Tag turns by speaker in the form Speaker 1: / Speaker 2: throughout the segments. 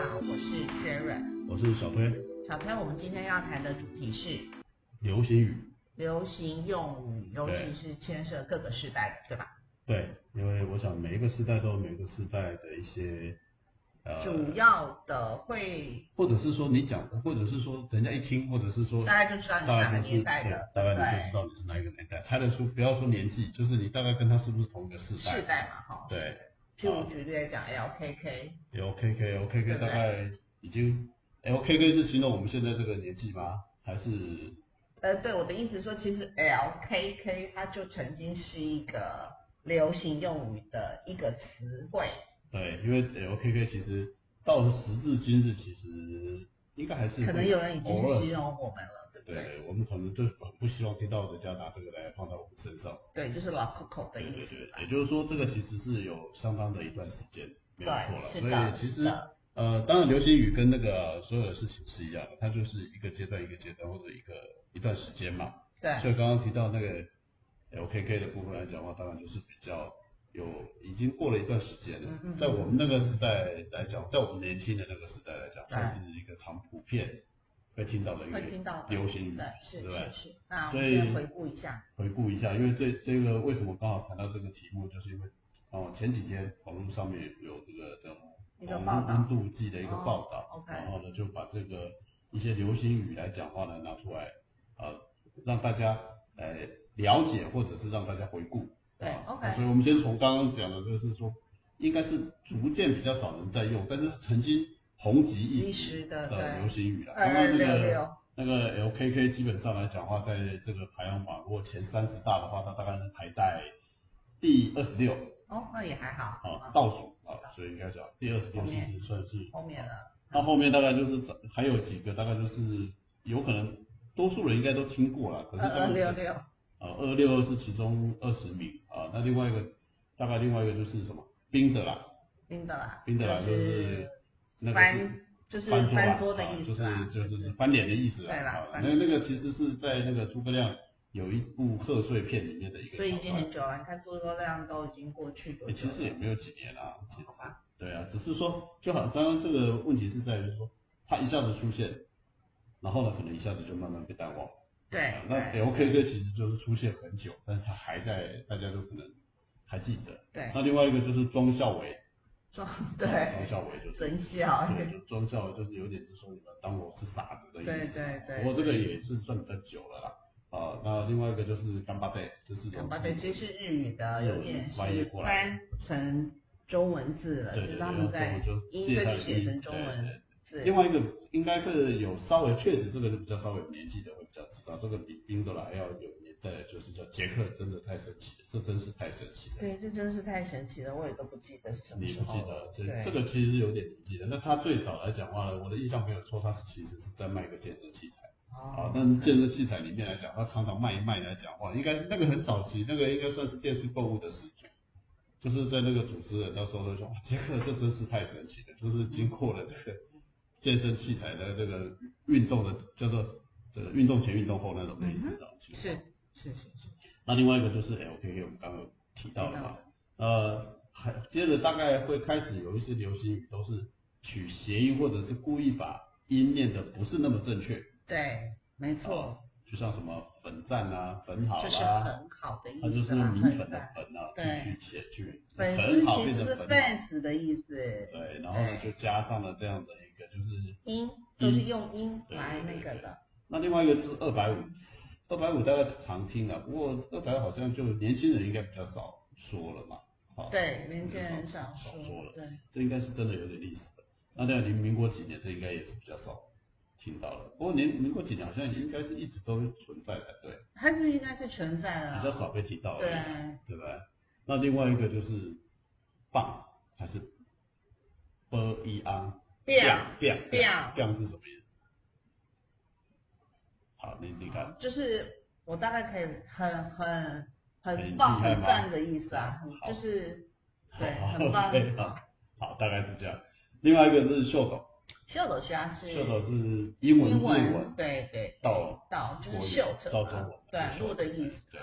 Speaker 1: 是 Sarah。
Speaker 2: 我是小推，
Speaker 1: 小朋友，我们今天要谈的主题是
Speaker 2: 流行语。
Speaker 1: 流行用语，尤
Speaker 2: 对
Speaker 1: 其是牵涉各个时代的，对吧？
Speaker 2: 对，因为我想每一个时代都有每个时代的一些
Speaker 1: 主
Speaker 2: 呃，
Speaker 1: 要的会
Speaker 2: 或者是说你讲，或者是说人家一听，或者是说
Speaker 1: 大家就知道你
Speaker 2: 大
Speaker 1: 哪个
Speaker 2: 概就是
Speaker 1: 年
Speaker 2: 对，
Speaker 1: 代的，
Speaker 2: 大概你就知
Speaker 1: 对
Speaker 2: 道你是哪一个年代，猜得出，不要说年纪，就是你大概跟他是不是同一个世
Speaker 1: 不对？
Speaker 2: 代。
Speaker 1: 世代嘛，哈。
Speaker 2: 对，
Speaker 1: 譬如举例来讲，LKK，
Speaker 2: 有 KK，有
Speaker 1: 对
Speaker 2: KK
Speaker 1: 不对
Speaker 2: 大概已经，LKK 是形容我们现在这个年纪吗？还是
Speaker 1: 呃，对我的意思是说，其实 LKK 它就曾经是一个流行用语的一个词汇，
Speaker 2: 对？因为 LKK 其实到了时至今日，其实应该还是
Speaker 1: 可能有人已
Speaker 2: 偶
Speaker 1: 经
Speaker 2: 尔
Speaker 1: 是用我们了，对不对？
Speaker 2: 对，我们可能就很不希望听到人家拿这个来放在我们身上。
Speaker 1: 对，就是老 Coco 的
Speaker 2: 对
Speaker 1: 意
Speaker 2: 对
Speaker 1: 思吧
Speaker 2: 对，也就是说，这个其实是有相当的一段时间没有错了。
Speaker 1: 对
Speaker 2: 所
Speaker 1: 是的
Speaker 2: 以其
Speaker 1: 是
Speaker 2: 实
Speaker 1: 的
Speaker 2: 呃，当然流行语跟那个所有的事情是一样的，它就是一个阶段一个阶段或者一个一段时间嘛。
Speaker 1: 对
Speaker 2: 所以刚刚提到那个 LKK 的部分来讲的话，当然就是比较有已经过了一段时间了
Speaker 1: 嗯嗯嗯，
Speaker 2: 在我们那个时代来讲，在我们年轻的那个时代来讲，
Speaker 1: 对
Speaker 2: 算是一个常普遍会听到的一个
Speaker 1: 会听到的
Speaker 2: 流行语
Speaker 1: 对，，是
Speaker 2: 不对
Speaker 1: 是？是。那我
Speaker 2: 所
Speaker 1: 们
Speaker 2: 以
Speaker 1: 先回顾一下，
Speaker 2: 回顾一下，因为这这个为什么刚好谈到这个题目，就是因为哦前几天网络上面有这个这种
Speaker 1: 一个
Speaker 2: 网
Speaker 1: 报
Speaker 2: 络
Speaker 1: 道
Speaker 2: 温度计的一个报道，
Speaker 1: 哦，OK
Speaker 2: 然后呢就把这个一些流行语来讲话呢拿出来，呃，让大家呃了解或者是让大家回顾。
Speaker 1: 对
Speaker 2: 啊
Speaker 1: OK
Speaker 2: 所以我们先从刚刚讲的，就是说应该是逐渐比较少人在用，但是曾经红极一
Speaker 1: 一时
Speaker 2: 时
Speaker 1: 的对
Speaker 2: 的流行语了。
Speaker 1: 二
Speaker 2: 刚
Speaker 1: 二
Speaker 2: 刚那
Speaker 1: 六
Speaker 2: 个
Speaker 1: 六，
Speaker 2: 那个 LKK 基本上来讲话，在这个排行榜如果前三十大的话，它大概是排在第二十六
Speaker 1: 哦，那也还好，
Speaker 2: 啊
Speaker 1: 啊，
Speaker 2: 倒数啊，所以应该讲第二十六
Speaker 1: 后
Speaker 2: 其
Speaker 1: 面
Speaker 2: 实算是。
Speaker 1: 后面了，
Speaker 2: 那后面大概就是还有几个，大概就是有可能多数人应该都听过了，可是
Speaker 1: 二二
Speaker 2: 大
Speaker 1: 六
Speaker 2: 概
Speaker 1: 六，
Speaker 2: 呃二六二是其中二十名啊，那另外一个大概另外一个就是什么冰的啦，
Speaker 1: 冰的啦，
Speaker 2: 冰的啦
Speaker 1: 就
Speaker 2: 就是那个是
Speaker 1: 翻，就是翻桌
Speaker 2: 桌
Speaker 1: 的
Speaker 2: 啦啊
Speaker 1: 意思啦，
Speaker 2: 就是就是翻脸的意思
Speaker 1: 对啦
Speaker 2: 啊
Speaker 1: 翻
Speaker 2: 那那个其实是在那个诸葛亮有一部贺岁片里面的一个
Speaker 1: 所以已经
Speaker 2: 桥
Speaker 1: 很
Speaker 2: 段，
Speaker 1: 久了，你看诸葛亮都已经过去多
Speaker 2: 诶
Speaker 1: 久
Speaker 2: 哎其
Speaker 1: 了？
Speaker 2: 实也没有几年啦、其实
Speaker 1: 好吧，
Speaker 2: 对啊，只是说就好，刚刚这个问题是在于说它一下子出现，然后呢可能一下子就慢慢被淡忘。
Speaker 1: 对
Speaker 2: 啊，那
Speaker 1: 对
Speaker 2: LKK 其实就是出现很久，但是它还在，大家都可能还记得。
Speaker 1: 对，
Speaker 2: 那另外一个就是庄孝伟，
Speaker 1: 装
Speaker 2: 庄
Speaker 1: 对
Speaker 2: 孝伟就是
Speaker 1: 真笑，
Speaker 2: 对，就装笑就是有点是说你们当我是傻子的意思。
Speaker 1: 对对对
Speaker 2: 不过这个也是算比较久了啦。啊，那另外一个就是干巴贝，就是
Speaker 1: 干巴对，这是日语的，有点
Speaker 2: 翻译
Speaker 1: 是
Speaker 2: 过来
Speaker 1: 翻成中文字了，
Speaker 2: 对
Speaker 1: 就
Speaker 2: 对
Speaker 1: 是
Speaker 2: 对，
Speaker 1: 他们
Speaker 2: 然
Speaker 1: 在
Speaker 2: 后就
Speaker 1: 音
Speaker 2: 介
Speaker 1: 这
Speaker 2: 绍
Speaker 1: 就写成中
Speaker 2: 对对
Speaker 1: 文字，
Speaker 2: 另外一个应该是有稍微，确实这个就比较稍微有年纪的会比较知道，这个比冰的啦要有年代，就是叫杰克，真的太神奇了，这真是太神奇了。
Speaker 1: 对，这真是太神奇了，我也都不记得是什么
Speaker 2: 你
Speaker 1: 时
Speaker 2: 不
Speaker 1: 候
Speaker 2: 记得
Speaker 1: 了，，
Speaker 2: 这这
Speaker 1: 对，
Speaker 2: 个其实有点年纪的。那他最早来讲话呢，我的印象没有错，他是其实是在卖一个健身器材。啊
Speaker 1: 哦，，
Speaker 2: 但是健身器材里面来讲，它常常卖一卖来讲话，应该那个很早期，那个应该算是电视购物的始祖，就是在那个主持人那时候就说，哇，杰克这真是太神奇了，就是经过了这个健身器材的这个运动的叫做这个运动前运动后那种类似的情况
Speaker 1: 是是是是，
Speaker 2: 那另外一个就是 LKK，我们刚刚有提到了嘛，呃，还接着大概会开始有一些流行语都是取谐音或者是故意把音念的不是那么正确。
Speaker 1: 对，没错，
Speaker 2: 就像什么粉战啊、粉好
Speaker 1: 就是
Speaker 2: 啦、
Speaker 1: 很好的意
Speaker 2: 它就
Speaker 1: 思
Speaker 2: 是
Speaker 1: 啦，
Speaker 2: 米
Speaker 1: 很
Speaker 2: 粉的
Speaker 1: 赞
Speaker 2: 粉啊，
Speaker 1: 对
Speaker 2: 去去写去
Speaker 1: 粉
Speaker 2: 粉
Speaker 1: 丝
Speaker 2: 好
Speaker 1: 其
Speaker 2: 变
Speaker 1: 实
Speaker 2: 成
Speaker 1: 是
Speaker 2: 粉好，
Speaker 1: fans 的意思，
Speaker 2: 对，然后呢就加上了这样的一个，就是
Speaker 1: 音都是用音
Speaker 2: 对
Speaker 1: 来那
Speaker 2: 对
Speaker 1: 个
Speaker 2: 对
Speaker 1: 的，
Speaker 2: 那另外一个就是二百五，二百五大家常听啊，不过二百好像就年轻人应该比较少说了嘛，好，
Speaker 1: 对，年轻人少
Speaker 2: 少
Speaker 1: 说
Speaker 2: 说了，
Speaker 1: 对，
Speaker 2: 这应该是真的有点历史的。那在民民国几年，这应该也是比较少听到了，不过年民国几年好像应该是一直都存在的，对，
Speaker 1: 它是应该是存在的啦，
Speaker 2: 比较少被提到而已。
Speaker 1: 对
Speaker 2: 对吧？那另外一个就是棒还是 b E i a
Speaker 1: 变
Speaker 2: biang
Speaker 1: 变
Speaker 2: biang 是什么意思？好，你你
Speaker 1: 哦
Speaker 2: 看，
Speaker 1: 就是我大概可以很很很
Speaker 2: 很
Speaker 1: 棒
Speaker 2: 厉害
Speaker 1: 很
Speaker 2: 吗
Speaker 1: 赞的意思啊，很
Speaker 2: 好
Speaker 1: 就是对，
Speaker 2: 好
Speaker 1: 很棒
Speaker 2: 对
Speaker 1: 很棒。
Speaker 2: 好，大概是这样。另外一个是秀斗，
Speaker 1: 秀斗虾是
Speaker 2: 秀斗是英文
Speaker 1: 英
Speaker 2: 日文
Speaker 1: 对对
Speaker 2: 啊到
Speaker 1: 到就
Speaker 2: 国
Speaker 1: 是
Speaker 2: 语
Speaker 1: 秀者
Speaker 2: 到
Speaker 1: 嘛
Speaker 2: 中文，
Speaker 1: 对
Speaker 2: 秀
Speaker 1: 路的意思。
Speaker 2: 对。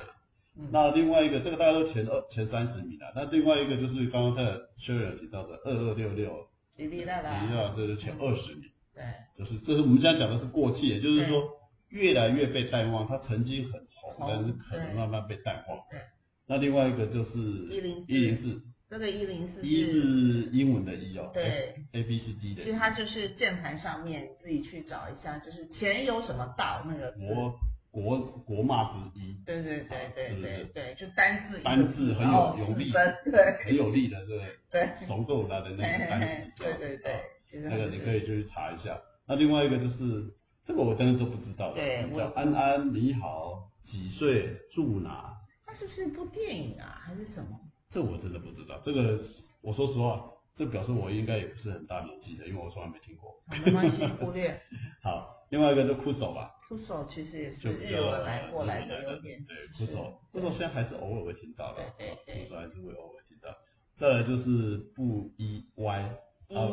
Speaker 1: 嗯
Speaker 2: 那另外一个，这个大家都前二前三十名了。那另外一个就是刚刚在 s h e r 提到的二二六六，
Speaker 1: 滴滴答
Speaker 2: 一
Speaker 1: 答，
Speaker 2: 样，这是前二十名。
Speaker 1: 对，
Speaker 2: 就是这是我们现在讲的是过气，也就是说越来越被淡忘，它曾经很红，
Speaker 1: 红
Speaker 2: 但是可能慢慢被淡忘
Speaker 1: 对。
Speaker 2: 那另外一个就是
Speaker 1: 104
Speaker 2: 一零四，
Speaker 1: 这个一零四
Speaker 2: 一是英文的一哦，
Speaker 1: 对
Speaker 2: ，A B C D 的
Speaker 1: 其
Speaker 2: 一。
Speaker 1: 实它就是键盘上面自己去找一下，就是前有什么道那个字。
Speaker 2: 国国国骂之一，
Speaker 1: 对对对对
Speaker 2: 是不
Speaker 1: 对
Speaker 2: 是
Speaker 1: 对，就单字一个
Speaker 2: 单字很有
Speaker 1: 然后
Speaker 2: 有力
Speaker 1: 四声对
Speaker 2: 很有力的这个
Speaker 1: 对
Speaker 2: 熟够难的那
Speaker 1: 嘿
Speaker 2: 个
Speaker 1: 嘿
Speaker 2: 单
Speaker 1: 嘿
Speaker 2: 词，啊
Speaker 1: 对对对，其实
Speaker 2: 那个你可
Speaker 1: 以
Speaker 2: 以就去查一下。那另外一个就是这个我真的都不知道的，
Speaker 1: 对我
Speaker 2: 叫安安你好，几岁住哪？
Speaker 1: 它是不是一部电影啊，还是什么？
Speaker 2: 这我真的不知道。这个我说实话，这表示我应该也不是很大年纪的，因为我从来没听过。
Speaker 1: 好没关系，忽略。
Speaker 2: 好，另外一个就酷手吧，
Speaker 1: 出手其实也是
Speaker 2: 就比
Speaker 1: 日
Speaker 2: 较
Speaker 1: 文来过来
Speaker 2: 的
Speaker 1: 的，有点
Speaker 2: 对
Speaker 1: 是
Speaker 2: 酷手，酷手现在还是偶尔会听到的，啊
Speaker 1: 对对对
Speaker 2: 酷手还是会偶尔听到。再来就是不一歪，
Speaker 1: 一
Speaker 2: 啊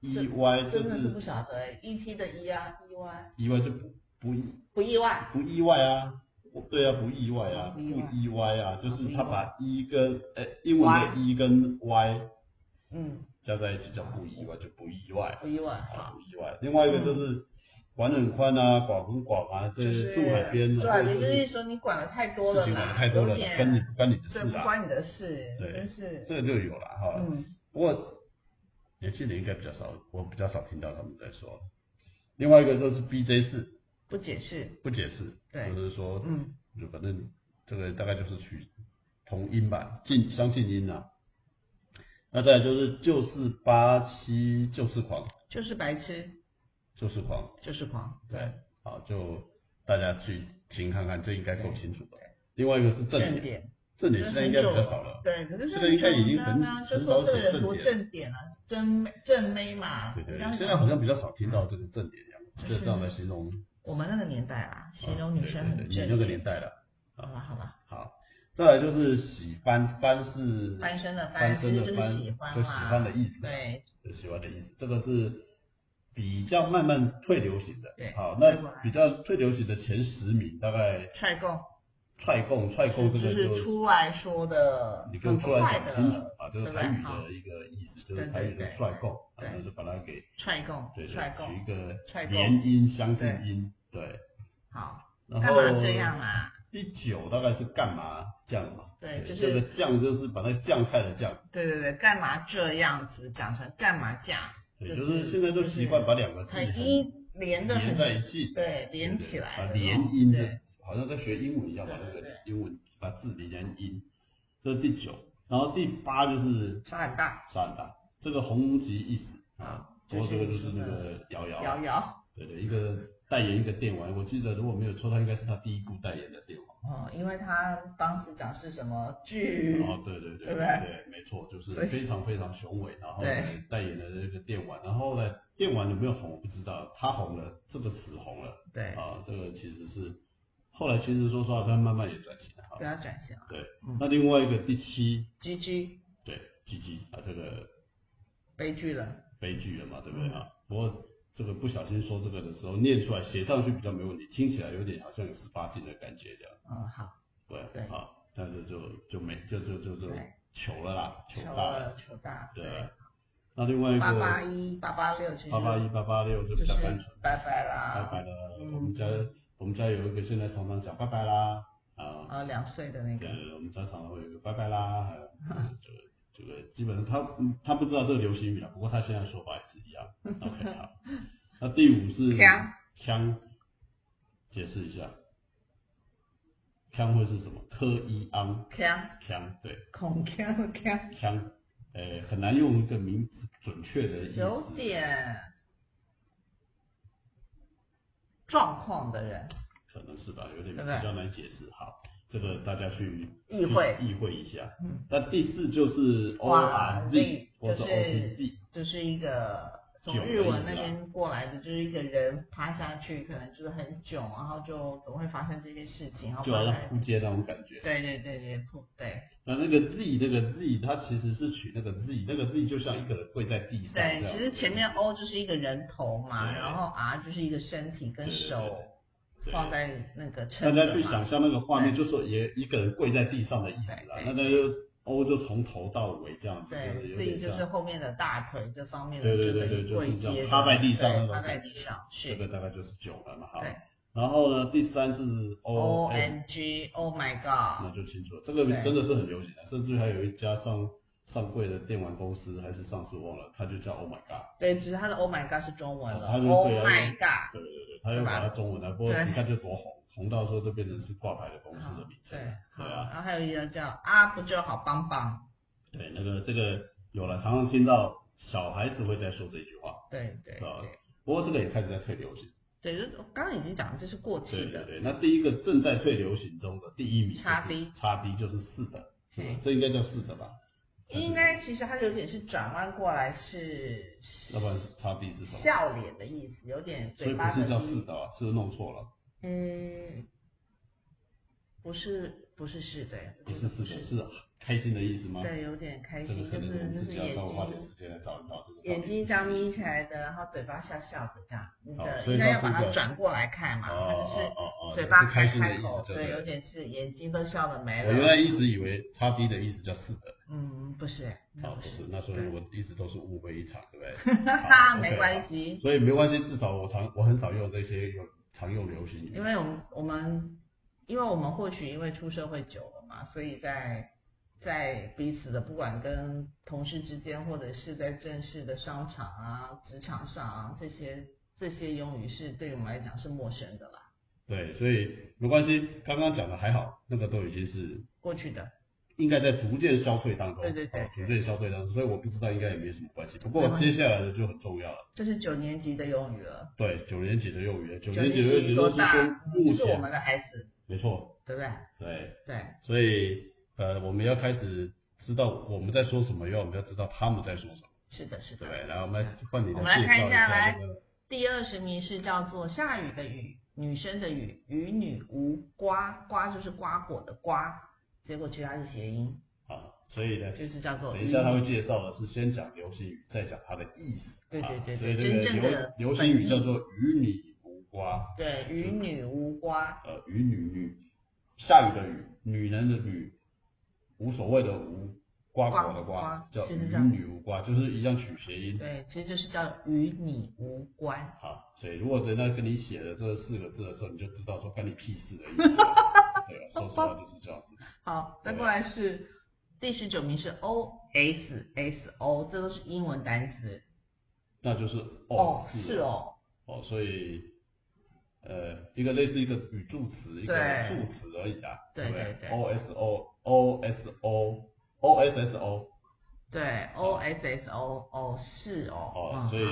Speaker 2: 一歪就
Speaker 1: 真的是
Speaker 2: 是
Speaker 1: 不晓得欸，E.T. 的 E 啊，意外
Speaker 2: 意外就不不意
Speaker 1: 不意外？
Speaker 2: 不意外啊，我对啊，不意外啊，
Speaker 1: 不
Speaker 2: 不
Speaker 1: 意外
Speaker 2: 意外啊，就是他把一跟呃英
Speaker 1: Y
Speaker 2: 文的一跟 y
Speaker 1: 嗯，
Speaker 2: 加在一起叫不意外，就不意外
Speaker 1: 不意外
Speaker 2: 啊，
Speaker 1: 哈，
Speaker 2: 不意外。另外一个就是管很宽啊，管很广啊，这
Speaker 1: 就是
Speaker 2: 住海边的，
Speaker 1: 住海
Speaker 2: 这
Speaker 1: 边就
Speaker 2: 个就是是
Speaker 1: 说你管的太多了
Speaker 2: 事
Speaker 1: 啦，
Speaker 2: 情管的太多了
Speaker 1: 有点
Speaker 2: 啦，关你不关你的
Speaker 1: 这
Speaker 2: 事
Speaker 1: 不
Speaker 2: 啊，
Speaker 1: 关你的事，
Speaker 2: 对
Speaker 1: 真是
Speaker 2: 这个就有了哈。
Speaker 1: 嗯。
Speaker 2: 不过年轻人应该比较少，我比较少听到他们在说。另外一个就是 BJ 四
Speaker 1: 不解释，
Speaker 2: 不解释，
Speaker 1: 对
Speaker 2: 就是说
Speaker 1: 嗯，
Speaker 2: 就反正这个大概就是取同音吧，近相近音啊。那再来就是旧事八七旧事狂，
Speaker 1: 就是白痴，
Speaker 2: 旧事狂，
Speaker 1: 就是狂，
Speaker 2: 对，好，就大家去听看看，这应该够清楚吧。另外一个是正
Speaker 1: 正
Speaker 2: 点，
Speaker 1: 点，
Speaker 2: 正
Speaker 1: 这
Speaker 2: 点现在应该比较少了，
Speaker 1: 对，可是
Speaker 2: 现在应该已经
Speaker 1: 很
Speaker 2: 很
Speaker 1: 久了就
Speaker 2: 很
Speaker 1: 说
Speaker 2: 少
Speaker 1: 这个
Speaker 2: 写
Speaker 1: 人
Speaker 2: 正
Speaker 1: 读
Speaker 2: 点，
Speaker 1: 正点了，正正妹嘛，
Speaker 2: 对对
Speaker 1: 人家
Speaker 2: 对，
Speaker 1: 会
Speaker 2: 现在好像比较少听到这个正点
Speaker 1: 就
Speaker 2: 样，
Speaker 1: 是
Speaker 2: 就这样来形容
Speaker 1: 我们那个年代啊，形容女生
Speaker 2: 啊
Speaker 1: 很
Speaker 2: 对对对
Speaker 1: 正，
Speaker 2: 你那个年，代了。
Speaker 1: 好吧好吧，
Speaker 2: 好，再来就是喜翻，翻是
Speaker 1: 翻身的翻，
Speaker 2: 翻
Speaker 1: 其
Speaker 2: 身
Speaker 1: 实就
Speaker 2: 的翻，
Speaker 1: 是喜欢
Speaker 2: 就
Speaker 1: 嘛，
Speaker 2: 喜欢的意思。
Speaker 1: 对，
Speaker 2: 有喜欢的意思。这个是比较慢慢退流行的。
Speaker 1: 对
Speaker 2: 好，
Speaker 1: 退过
Speaker 2: 那
Speaker 1: 来
Speaker 2: 比较退流行的前十名，大概
Speaker 1: 踹共，
Speaker 2: 踹共踹共这
Speaker 1: 就
Speaker 2: 个就是
Speaker 1: 出来说的
Speaker 2: 你，跟
Speaker 1: 很
Speaker 2: 出来
Speaker 1: 快
Speaker 2: 讲清楚
Speaker 1: 的，
Speaker 2: 啊，这
Speaker 1: 对
Speaker 2: 是
Speaker 1: 不
Speaker 2: 台
Speaker 1: 对？
Speaker 2: 语
Speaker 1: 好，
Speaker 2: 的一个意思，就
Speaker 1: 对
Speaker 2: 是
Speaker 1: 对
Speaker 2: 台语的
Speaker 1: 对
Speaker 2: 踹共，
Speaker 1: 对
Speaker 2: 然后就把它给
Speaker 1: 踹共
Speaker 2: 对，对
Speaker 1: 踹
Speaker 2: 取一
Speaker 1: 共，
Speaker 2: 个
Speaker 1: 踹共
Speaker 2: 连音相近音，对。
Speaker 1: 好，
Speaker 2: 然
Speaker 1: 干
Speaker 2: 后
Speaker 1: 嘛这样啊？
Speaker 2: 第九大概是干嘛酱嘛？
Speaker 1: 对就是
Speaker 2: 这个酱就是把那个酱菜的酱，
Speaker 1: 对对对，干嘛这样子讲成干嘛这样？
Speaker 2: 对，
Speaker 1: 就
Speaker 2: 就是现在都习惯把两个字
Speaker 1: 很一连的
Speaker 2: 连在
Speaker 1: 很
Speaker 2: 一起，
Speaker 1: 对连起来
Speaker 2: 啊，
Speaker 1: 的
Speaker 2: 连
Speaker 1: 那种
Speaker 2: 音
Speaker 1: 对
Speaker 2: 的，好像在学英文一样，把
Speaker 1: 对
Speaker 2: 那
Speaker 1: 对
Speaker 2: 个英文把字连音，这是第九，然后第八就是
Speaker 1: 沙很大
Speaker 2: 沙很大，这个红极一时啊，不
Speaker 1: 就是
Speaker 2: 过这个就是那个瑶瑶，
Speaker 1: 摇摇
Speaker 2: 对对，一个代言一个电玩，我记得如果没有错，他应该是他第一部代言的电玩，
Speaker 1: 哦，因为他当时讲是什么剧，
Speaker 2: 哦，对对对
Speaker 1: 对不对
Speaker 2: 对，没错，就是
Speaker 1: 对
Speaker 2: 非常非常雄伟，然后
Speaker 1: 对
Speaker 2: 呢代言了这个电玩，然后呢电玩有没有红我不知道，他红了，这个词红了。
Speaker 1: 对，
Speaker 2: 啊，这个其实是后来其实说实话，他慢慢也转型了
Speaker 1: 不
Speaker 2: 哈。
Speaker 1: 要转型了
Speaker 2: 对
Speaker 1: 嗯，
Speaker 2: 那另外一个第七，
Speaker 1: ，G G
Speaker 2: 对，G G 啊，这个
Speaker 1: 悲剧了，
Speaker 2: 悲剧了嘛，对不对啊？不过这个不小心说这个的时候，念出来写上去比较没问题，听起来有点好像有十八禁的感觉这样，
Speaker 1: 嗯好，
Speaker 2: 对，
Speaker 1: 对
Speaker 2: 啊，但是就就没就就就就
Speaker 1: 对
Speaker 2: 糗了啦，糗
Speaker 1: 求
Speaker 2: 大了，
Speaker 1: 了求大，
Speaker 2: 对。那另外一个
Speaker 1: 八八一八八六就是
Speaker 2: 八八一八八六就
Speaker 1: 就
Speaker 2: 比
Speaker 1: 是
Speaker 2: 较单纯，
Speaker 1: 拜拜
Speaker 2: 拜
Speaker 1: 啦，
Speaker 2: 拜了。
Speaker 1: 嗯
Speaker 2: 我们家我们家有一个现在常常讲拜拜啦啊，
Speaker 1: 啊两岁的那个
Speaker 2: 对，我们常常会有一个拜拜啦，还有这个这个基本上他嗯他不知道这个流行语啊，不过他现在说法也是 一样。OK 好，那第五是
Speaker 1: 腔
Speaker 2: 腔，解释一下，腔会是什么？科一昂
Speaker 1: 腔
Speaker 2: 腔，对
Speaker 1: 孔腔的腔，
Speaker 2: 腔，呃很难用一个名字准确的意思。
Speaker 1: 有点状况的人，
Speaker 2: 可能是吧，有
Speaker 1: 对
Speaker 2: 点
Speaker 1: 不
Speaker 2: 比
Speaker 1: 对
Speaker 2: 较难解释。好，这个大家去
Speaker 1: 意会
Speaker 2: 去意会一下。
Speaker 1: 嗯，
Speaker 2: 那第四就是 O
Speaker 1: 哇
Speaker 2: R Z
Speaker 1: ，Z
Speaker 2: 或者
Speaker 1: 就
Speaker 2: O
Speaker 1: 是
Speaker 2: T Z，
Speaker 1: 就是一个从日文那边过来的，就是一个人趴下去，可能就是很囧，然后就总会发生这些事情，然后
Speaker 2: 就好
Speaker 1: 发
Speaker 2: 像
Speaker 1: 生
Speaker 2: 扑街那种感觉。
Speaker 1: 对对对对，不对
Speaker 2: 那那个 Z 那个 Z，它其实是取那个 Z，那个 Z 就像一个人跪在地上这
Speaker 1: 对，
Speaker 2: 样。
Speaker 1: 其实前面 O 就是一个人头嘛，
Speaker 2: 对
Speaker 1: 然后 R 就是一个身体跟手
Speaker 2: 对
Speaker 1: 放在那个
Speaker 2: 大
Speaker 1: 撑
Speaker 2: 家
Speaker 1: 着
Speaker 2: 去
Speaker 1: 嘛，
Speaker 2: 想象那个画面，
Speaker 1: 对
Speaker 2: 就说也一个人跪在地上的意思啦。
Speaker 1: 对
Speaker 2: 那
Speaker 1: 对
Speaker 2: 那就欧洲从头到尾这样子，就是
Speaker 1: 对，
Speaker 2: 有
Speaker 1: 所以
Speaker 2: 点
Speaker 1: 就
Speaker 2: 像
Speaker 1: 是后面的大腿这方面的
Speaker 2: 对对
Speaker 1: 这个
Speaker 2: 对对就是
Speaker 1: 跪
Speaker 2: 这样
Speaker 1: 接的，
Speaker 2: 趴在地上那
Speaker 1: 对
Speaker 2: 种
Speaker 1: 趴在
Speaker 2: 感
Speaker 1: 地上
Speaker 2: 这
Speaker 1: 是
Speaker 2: 个大概就是九了嘛哈
Speaker 1: 对。
Speaker 2: 然后呢，第三是
Speaker 1: O
Speaker 2: M，
Speaker 1: M 哦 G，Oh my
Speaker 2: 那
Speaker 1: God，
Speaker 2: 就清楚了，这个
Speaker 1: 对
Speaker 2: 真的是很流行的，甚至还有一家上上柜的电玩公司还是上市忘了，它就叫 Oh my God。
Speaker 1: 对，只是它的 Oh my God 是中文了
Speaker 2: 它就是
Speaker 1: ，Oh
Speaker 2: 对啊
Speaker 1: my God，
Speaker 2: 对对对，他又把它中文来，啊不过
Speaker 1: 对
Speaker 2: 你看这多红，红到说都变成啊是挂牌的公司的名称
Speaker 1: 对，
Speaker 2: 了。
Speaker 1: 好，
Speaker 2: 对啊，
Speaker 1: 然后还有一个叫啊不就好棒棒，
Speaker 2: 对那个这个有了，常常听到小孩子会在说这句话，
Speaker 1: 对对
Speaker 2: 是啊吧
Speaker 1: 对
Speaker 2: 不过这个也开始在退流行。
Speaker 1: 对，就是我刚刚已经讲了，这是过
Speaker 2: 对
Speaker 1: 气
Speaker 2: 对
Speaker 1: 的，
Speaker 2: 对，那第一个正在退流行中的第一名就是
Speaker 1: 叉 D
Speaker 2: 叉 D 就是四的，是吧
Speaker 1: 嗯？
Speaker 2: 这应该叫四的吧？
Speaker 1: 应该其实它有点是转弯过来是
Speaker 2: 要不然是叉 D 是什么？
Speaker 1: 笑脸的意思，有点
Speaker 2: 所
Speaker 1: 嘴
Speaker 2: 以
Speaker 1: 巴
Speaker 2: 不
Speaker 1: 的
Speaker 2: 是叫
Speaker 1: 低
Speaker 2: 四的啊，是不是弄错了？
Speaker 1: 嗯，不是不是是的，
Speaker 2: 不
Speaker 1: 我觉
Speaker 2: 是
Speaker 1: 得
Speaker 2: 四
Speaker 1: 不
Speaker 2: 的，
Speaker 1: 是，
Speaker 2: 是开心的意思吗？
Speaker 1: 对，有点开
Speaker 2: 这个
Speaker 1: 心，
Speaker 2: 可
Speaker 1: 就
Speaker 2: 能我
Speaker 1: 是
Speaker 2: 们
Speaker 1: 就
Speaker 2: 自
Speaker 1: 是
Speaker 2: 己要
Speaker 1: 眼
Speaker 2: 稍微花点时
Speaker 1: 睛
Speaker 2: 间来找一找这个到底是
Speaker 1: 眼睛这
Speaker 2: 什
Speaker 1: 样
Speaker 2: 么意思
Speaker 1: 眯起来的，然后嘴巴笑笑的这样，你
Speaker 2: 好
Speaker 1: 的
Speaker 2: 所以
Speaker 1: 应该
Speaker 2: 它
Speaker 1: 要
Speaker 2: 是
Speaker 1: 把
Speaker 2: 一
Speaker 1: 它
Speaker 2: 个
Speaker 1: 转过来看嘛，它就是
Speaker 2: 哦哦
Speaker 1: 嘴巴
Speaker 2: 是开
Speaker 1: 开
Speaker 2: 心的
Speaker 1: 开
Speaker 2: 意
Speaker 1: 口
Speaker 2: 思，，
Speaker 1: 对，有
Speaker 2: 对。
Speaker 1: 点是眼睛都笑的没
Speaker 2: 我原来
Speaker 1: 了，
Speaker 2: 一直以为叉 D 的意思叫是的，
Speaker 1: 嗯，不是，那
Speaker 2: 啊，
Speaker 1: 不
Speaker 2: 不
Speaker 1: 是
Speaker 2: 是，，那所以
Speaker 1: 对，
Speaker 2: 我一直都是误会一场，对不对？
Speaker 1: 哈
Speaker 2: 好
Speaker 1: 哈，
Speaker 2: ，OK，
Speaker 1: 没
Speaker 2: 好
Speaker 1: 关系，
Speaker 2: 所以没关系，至少我常我很少用这些用常用流行
Speaker 1: 因
Speaker 2: 语。
Speaker 1: 为我们我们，因为我们或许因为出社会久了嘛，所以在在彼此的不管跟同事之间，或者是在正式的商场啊、职场上啊，这些这些用语是对于我们来讲是陌生的啦，
Speaker 2: 对，所以没关系，刚刚讲的还好，那个都已经是
Speaker 1: 过去的。
Speaker 2: 应该在逐渐消退当中，
Speaker 1: 对对对
Speaker 2: 哦逐渐消退当中，所以我不知道应该也没什么关系。不
Speaker 1: 没
Speaker 2: 过
Speaker 1: 关系
Speaker 2: 接下来的就很重要了，
Speaker 1: 这是九年级的用语了，
Speaker 2: 对，九年级的用语，九
Speaker 1: 九
Speaker 2: 级的用
Speaker 1: 级
Speaker 2: 语
Speaker 1: 多
Speaker 2: 就是
Speaker 1: 大
Speaker 2: 说？目
Speaker 1: 就是我
Speaker 2: 前
Speaker 1: 们的孩子，
Speaker 2: 没错，
Speaker 1: 对不对？
Speaker 2: 对，
Speaker 1: 对，
Speaker 2: 所以呃，我们要开始知道我们在说什么，因为我们要知道他们在说什么，
Speaker 1: 是的，是
Speaker 2: 对
Speaker 1: 的
Speaker 2: 不。对？来，我们来换你
Speaker 1: 我
Speaker 2: 来
Speaker 1: 们来
Speaker 2: 介
Speaker 1: 看
Speaker 2: 绍
Speaker 1: 一
Speaker 2: 一
Speaker 1: 下
Speaker 2: 下
Speaker 1: 来
Speaker 2: 这个
Speaker 1: 第二十名是叫做下雨的雨，女生的雨，与女无瓜，瓜就是瓜果的瓜，结果其实它是谐音，
Speaker 2: 啊，所以呢，
Speaker 1: 就是叫做
Speaker 2: 等
Speaker 1: 雨
Speaker 2: 一下他会介绍的是先讲流星雨，再讲它的意思。
Speaker 1: 对对
Speaker 2: 啊
Speaker 1: 对
Speaker 2: 所
Speaker 1: 对
Speaker 2: 以这
Speaker 1: 真正
Speaker 2: 个
Speaker 1: 的
Speaker 2: 流流
Speaker 1: 本
Speaker 2: 星雨
Speaker 1: 意
Speaker 2: 叫做与你无关，
Speaker 1: 对与女无瓜，
Speaker 2: 呃，与女女，下雨的雨，女人的女，无所谓的无，瓜果的
Speaker 1: 瓜
Speaker 2: 瓜
Speaker 1: 瓜，
Speaker 2: 叫
Speaker 1: 是
Speaker 2: 与
Speaker 1: 是这样
Speaker 2: 女无关，就是一样取谐音。
Speaker 1: 对，其实就是叫与你无关，
Speaker 2: 好，所以如果人家跟你写的这四个字的时候，你就知道说干你屁事的意思。 对吧？说实话就是这样子。
Speaker 1: 好，再过来是第十九名是 O S S O，这都是英文单词，
Speaker 2: 那就是
Speaker 1: 哦
Speaker 2: 是
Speaker 1: 是哦，
Speaker 2: 哦，所以呃，一个类似一个语助词，一个
Speaker 1: 对
Speaker 2: 助词而已啊，
Speaker 1: 对
Speaker 2: 不对
Speaker 1: 对对
Speaker 2: o S O O S O O S S O
Speaker 1: 对 O S S O 哦是哦，
Speaker 2: 哦
Speaker 1: 嗯，
Speaker 2: 所以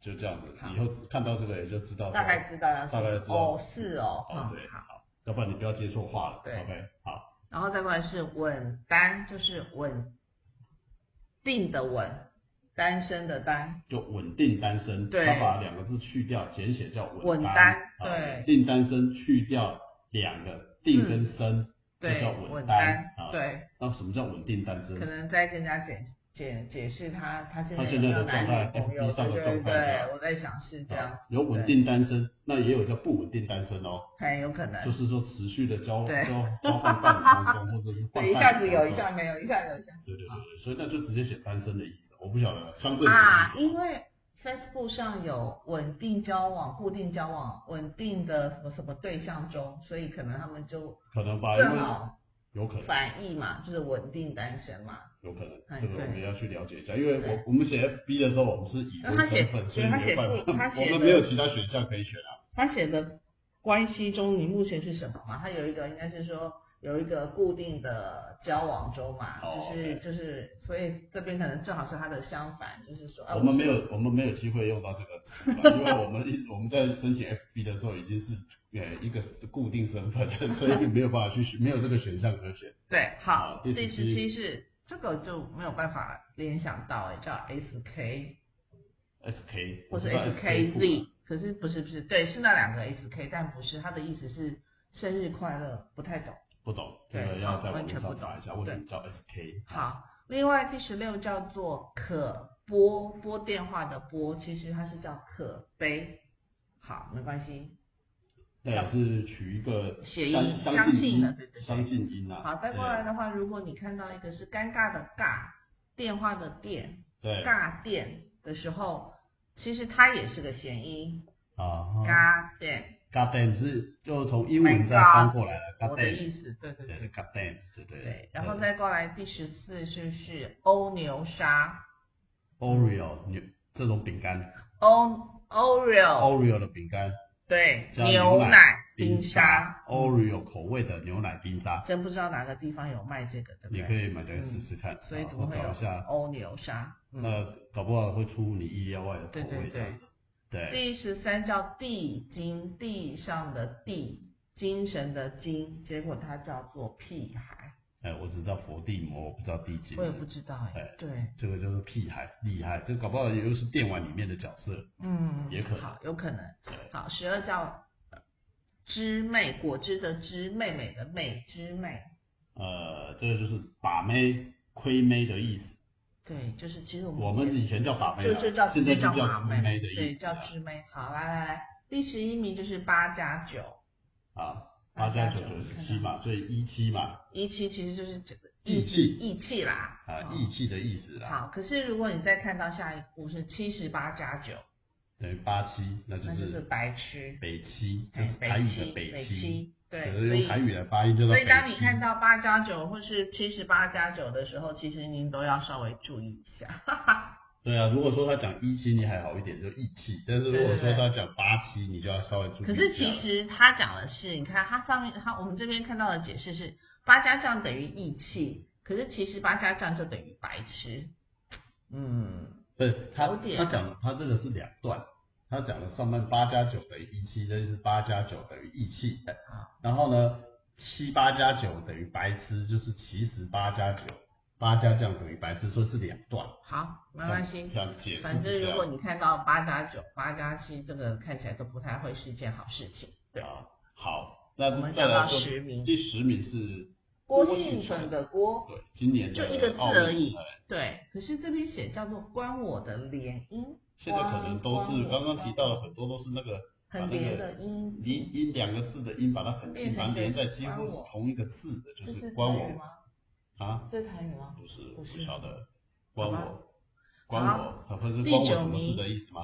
Speaker 2: 就这样子
Speaker 1: 好，
Speaker 2: 以后只看到这个也就知道
Speaker 1: 好
Speaker 2: 说，
Speaker 1: 大概知道要
Speaker 2: 大概知道
Speaker 1: 哦是哦，
Speaker 2: 哦
Speaker 1: 嗯
Speaker 2: 对
Speaker 1: 好。
Speaker 2: 要不然你不要接错话了，
Speaker 1: 对
Speaker 2: 好呗，好，
Speaker 1: 然后再过来是稳单，就是稳定的稳，单身的单，
Speaker 2: 就稳定单身，
Speaker 1: 对
Speaker 2: 他把两个字去掉，简写叫
Speaker 1: 稳
Speaker 2: 单，
Speaker 1: 单
Speaker 2: 啊
Speaker 1: 对
Speaker 2: 稳定单身去掉两个定跟生，就
Speaker 1: 嗯对
Speaker 2: 叫，
Speaker 1: 稳
Speaker 2: 单
Speaker 1: 单
Speaker 2: 啊，，
Speaker 1: 对，
Speaker 2: 那什么叫稳定单身
Speaker 1: 可？能再跟人家解解解释他他现
Speaker 2: 他
Speaker 1: 在有
Speaker 2: 现
Speaker 1: 没
Speaker 2: 在
Speaker 1: 有
Speaker 2: 的
Speaker 1: 男
Speaker 2: 状态
Speaker 1: 女朋友，
Speaker 2: FB
Speaker 1: 对
Speaker 2: 上的
Speaker 1: 对
Speaker 2: 状态
Speaker 1: 对，我在想是这样
Speaker 2: 啊，，有稳定单身，那也有叫不稳定单身哦，
Speaker 1: 很有可
Speaker 2: 就
Speaker 1: 能，
Speaker 2: 是说持续的交
Speaker 1: 对
Speaker 2: 交交换伴侣当中，或者 是换
Speaker 1: 对，一下子有，一下
Speaker 2: 下，
Speaker 1: 没有，一下有，一下
Speaker 2: 对对对对，所以那就直接写单身的意思，我不晓得相对
Speaker 1: 没有啊，
Speaker 2: 的意思
Speaker 1: 因为 Facebook 上有稳定交往、固定交往、稳定的什么什么对象中，所以可能他们就
Speaker 2: 可能吧，啊因
Speaker 1: 正
Speaker 2: 为
Speaker 1: 好
Speaker 2: 有可能
Speaker 1: 反义嘛，就是稳定单身嘛。
Speaker 2: 有可能，
Speaker 1: 哎
Speaker 2: 这个我们
Speaker 1: 对
Speaker 2: 也要去了解一下，因为
Speaker 1: 对
Speaker 2: 我我们写 FB 的时候，我们是已婚
Speaker 1: 那他写
Speaker 2: 身份，所以
Speaker 1: 对他
Speaker 2: 没
Speaker 1: 写
Speaker 2: 办
Speaker 1: 不他
Speaker 2: 法，我
Speaker 1: 写
Speaker 2: 们
Speaker 1: 的
Speaker 2: 没有其他选项可以选啊，
Speaker 1: 他写的关系中，你目前是什么嘛？他有一个应该是说有一个固定的交往中嘛，
Speaker 2: 哦
Speaker 1: 就是就是，所以这边可能正好是他的相反，就是说，啊、
Speaker 2: 我们没有，我们没有机会用到这个词了，因为我们一我们在申请 FB 的时候已经是呃一个固定身份了，所以没有办法去选，没有这个选项可选。
Speaker 1: 对，好
Speaker 2: 好，第
Speaker 1: 第十
Speaker 2: 17
Speaker 1: 七是这个就没有办法联想到、欸，叫 SK
Speaker 2: SK
Speaker 1: 或
Speaker 2: 我
Speaker 1: 是
Speaker 2: 知道 SK 啊
Speaker 1: SKZ，可是不是不是，对，是那两个 SK，但不是，他的意思是生日快乐，不太懂。
Speaker 2: 不懂，这
Speaker 1: 对
Speaker 2: 个要在网
Speaker 1: 完
Speaker 2: 络
Speaker 1: 全不
Speaker 2: 上
Speaker 1: 懂
Speaker 2: 查一下为什么叫 SK。
Speaker 1: 好，另外第十六叫做可拨拨电话的拨，其实它是叫可悲。好，没关系。
Speaker 2: 那也是取一个
Speaker 1: 谐
Speaker 2: 相
Speaker 1: 音
Speaker 2: 相
Speaker 1: 相信
Speaker 2: 音
Speaker 1: 的对对对
Speaker 2: 相信音啊。
Speaker 1: 好，再过来的话，如果你看到一个是尴尬的尬，电话的电，
Speaker 2: 对对
Speaker 1: 尬电的时候，其实它也是个谐音，哦
Speaker 2: 啊，
Speaker 1: 尬电，
Speaker 2: 嘎 n 是就从英文再翻过来了，嘎
Speaker 1: 我的
Speaker 2: n
Speaker 1: 意思，对对
Speaker 2: 也
Speaker 1: 对
Speaker 2: 是嘎 n 对对
Speaker 1: 对。然后再过来第十四就是欧牛沙
Speaker 2: Oreo 牛这种饼干
Speaker 1: 欧 Oreo，
Speaker 2: ，Oreo 的饼干
Speaker 1: 对，
Speaker 2: 加
Speaker 1: 哦牛
Speaker 2: 奶
Speaker 1: 冰沙，嗯
Speaker 2: ，Oreo 口味的牛奶冰沙，
Speaker 1: 真不知道哪个地方有卖这个，对不
Speaker 2: 你可
Speaker 1: 对？
Speaker 2: 以买来试试看。
Speaker 1: 所以
Speaker 2: 啊
Speaker 1: 怎么
Speaker 2: 我
Speaker 1: 会
Speaker 2: 找一
Speaker 1: 有
Speaker 2: 下，
Speaker 1: 欧牛沙？嗯。
Speaker 2: 那搞不好会出乎你意料外的口
Speaker 1: 对对
Speaker 2: 味这样
Speaker 1: 对
Speaker 2: 子。对
Speaker 1: 第十三叫地精，地上的地，精神的精，结果它叫做屁孩，
Speaker 2: 哎，我只知道佛地魔，我不知道地精
Speaker 1: 我。也不知道哎、
Speaker 2: 哎
Speaker 1: 对，
Speaker 2: 这个就是屁孩，厉害，这搞不好也就是电玩里面的角色。
Speaker 1: 嗯，
Speaker 2: 也可能
Speaker 1: 好，有可能。好，十二叫呃枝妹，果汁的汁，妹妹的妹，枝妹，
Speaker 2: 呃，这个就是把妹、亏妹的意思。
Speaker 1: 对，就是其实我们
Speaker 2: 我们以前叫把妹
Speaker 1: 就
Speaker 2: 啊，
Speaker 1: 就叫
Speaker 2: 现
Speaker 1: 直
Speaker 2: 在
Speaker 1: 接
Speaker 2: 就
Speaker 1: 叫
Speaker 2: 叫
Speaker 1: 马
Speaker 2: 亏妹的
Speaker 1: 对，
Speaker 2: 意思
Speaker 1: 叫
Speaker 2: 啊。
Speaker 1: 枝妹。好，来来来，第十一名就是八加九，
Speaker 2: 啊，八加九
Speaker 1: 八加
Speaker 2: 九
Speaker 1: 九
Speaker 2: 十七嘛，所以一七嘛，
Speaker 1: 一七其实就是这个
Speaker 2: 义
Speaker 1: 气
Speaker 2: 气
Speaker 1: 义气啦，
Speaker 2: 啊，
Speaker 1: 哦
Speaker 2: 义气的意思啦，
Speaker 1: 好，可是如果你再看到下一步是七十八加九，
Speaker 2: 等于八七，那就
Speaker 1: 那就是
Speaker 2: 是
Speaker 1: 白痴，
Speaker 2: 北七，就
Speaker 1: 哎
Speaker 2: 是
Speaker 1: 北
Speaker 2: 台语
Speaker 1: 七，
Speaker 2: 的
Speaker 1: 北
Speaker 2: 七，
Speaker 1: 七，
Speaker 2: 可
Speaker 1: 对，
Speaker 2: 是
Speaker 1: 所
Speaker 2: 用
Speaker 1: 以
Speaker 2: 台语来发音就叫
Speaker 1: 所
Speaker 2: 北
Speaker 1: 以当你
Speaker 2: 七。
Speaker 1: 看到八加九或是七十八加九的时候，其实您都要稍微注意一下。
Speaker 2: 对啊，如果说他讲一七，你还好一点，就义气；但是如果说他讲八七，你就要稍微注意一下
Speaker 1: 可
Speaker 2: 了。
Speaker 1: 是其实他讲的是，你看他上面他我们这边看到的解释是八家将等于义气，可是其实八家将就等于白痴。嗯，
Speaker 2: 不是他
Speaker 1: 有点
Speaker 2: 他讲的他这个是两段，他讲的上半八加九等于一七，这就是八加九等于义气
Speaker 1: 好。
Speaker 2: 然后呢，七八加九等于白痴，就是其实八加九，八加酱等于白痴，所以是两段。
Speaker 1: 好，没关系。
Speaker 2: 这样解释是这样。
Speaker 1: 反正如果你看到八加九、八加七，这个看起来都不太会是一件好事情。对，
Speaker 2: 啊好，
Speaker 1: 我
Speaker 2: 那
Speaker 1: 们
Speaker 2: 再
Speaker 1: 讲
Speaker 2: 来
Speaker 1: 到
Speaker 2: 说
Speaker 1: 十名，
Speaker 2: 第十名是
Speaker 1: 郭
Speaker 2: 幸
Speaker 1: 幸存的郭，哦
Speaker 2: 对，今年的
Speaker 1: 就一个字
Speaker 2: 奥运
Speaker 1: 而已
Speaker 2: 哎。
Speaker 1: 对，可是这边写叫做“关我的联姻”，
Speaker 2: 现在可能都是
Speaker 1: 关
Speaker 2: 刚刚提到的，很多都是那个把
Speaker 1: 很
Speaker 2: 那
Speaker 1: 连
Speaker 2: 个
Speaker 1: 的音
Speaker 2: 音音两个字的音，把它很近，
Speaker 1: 变成
Speaker 2: 把它连在
Speaker 1: 一个
Speaker 2: 几乎
Speaker 1: 关
Speaker 2: 是
Speaker 1: 我
Speaker 2: 同一个字的，就
Speaker 1: 这是
Speaker 2: 关
Speaker 1: 台语
Speaker 2: 我
Speaker 1: 吗？
Speaker 2: 啊，
Speaker 1: 这是台语吗？
Speaker 2: 不是，
Speaker 1: 不
Speaker 2: 我不
Speaker 1: 是
Speaker 2: 晓得，关
Speaker 1: 好吧
Speaker 2: 我，关我，它会是
Speaker 1: 第
Speaker 2: 关我
Speaker 1: 九
Speaker 2: 什么
Speaker 1: 名
Speaker 2: 事的意思吗？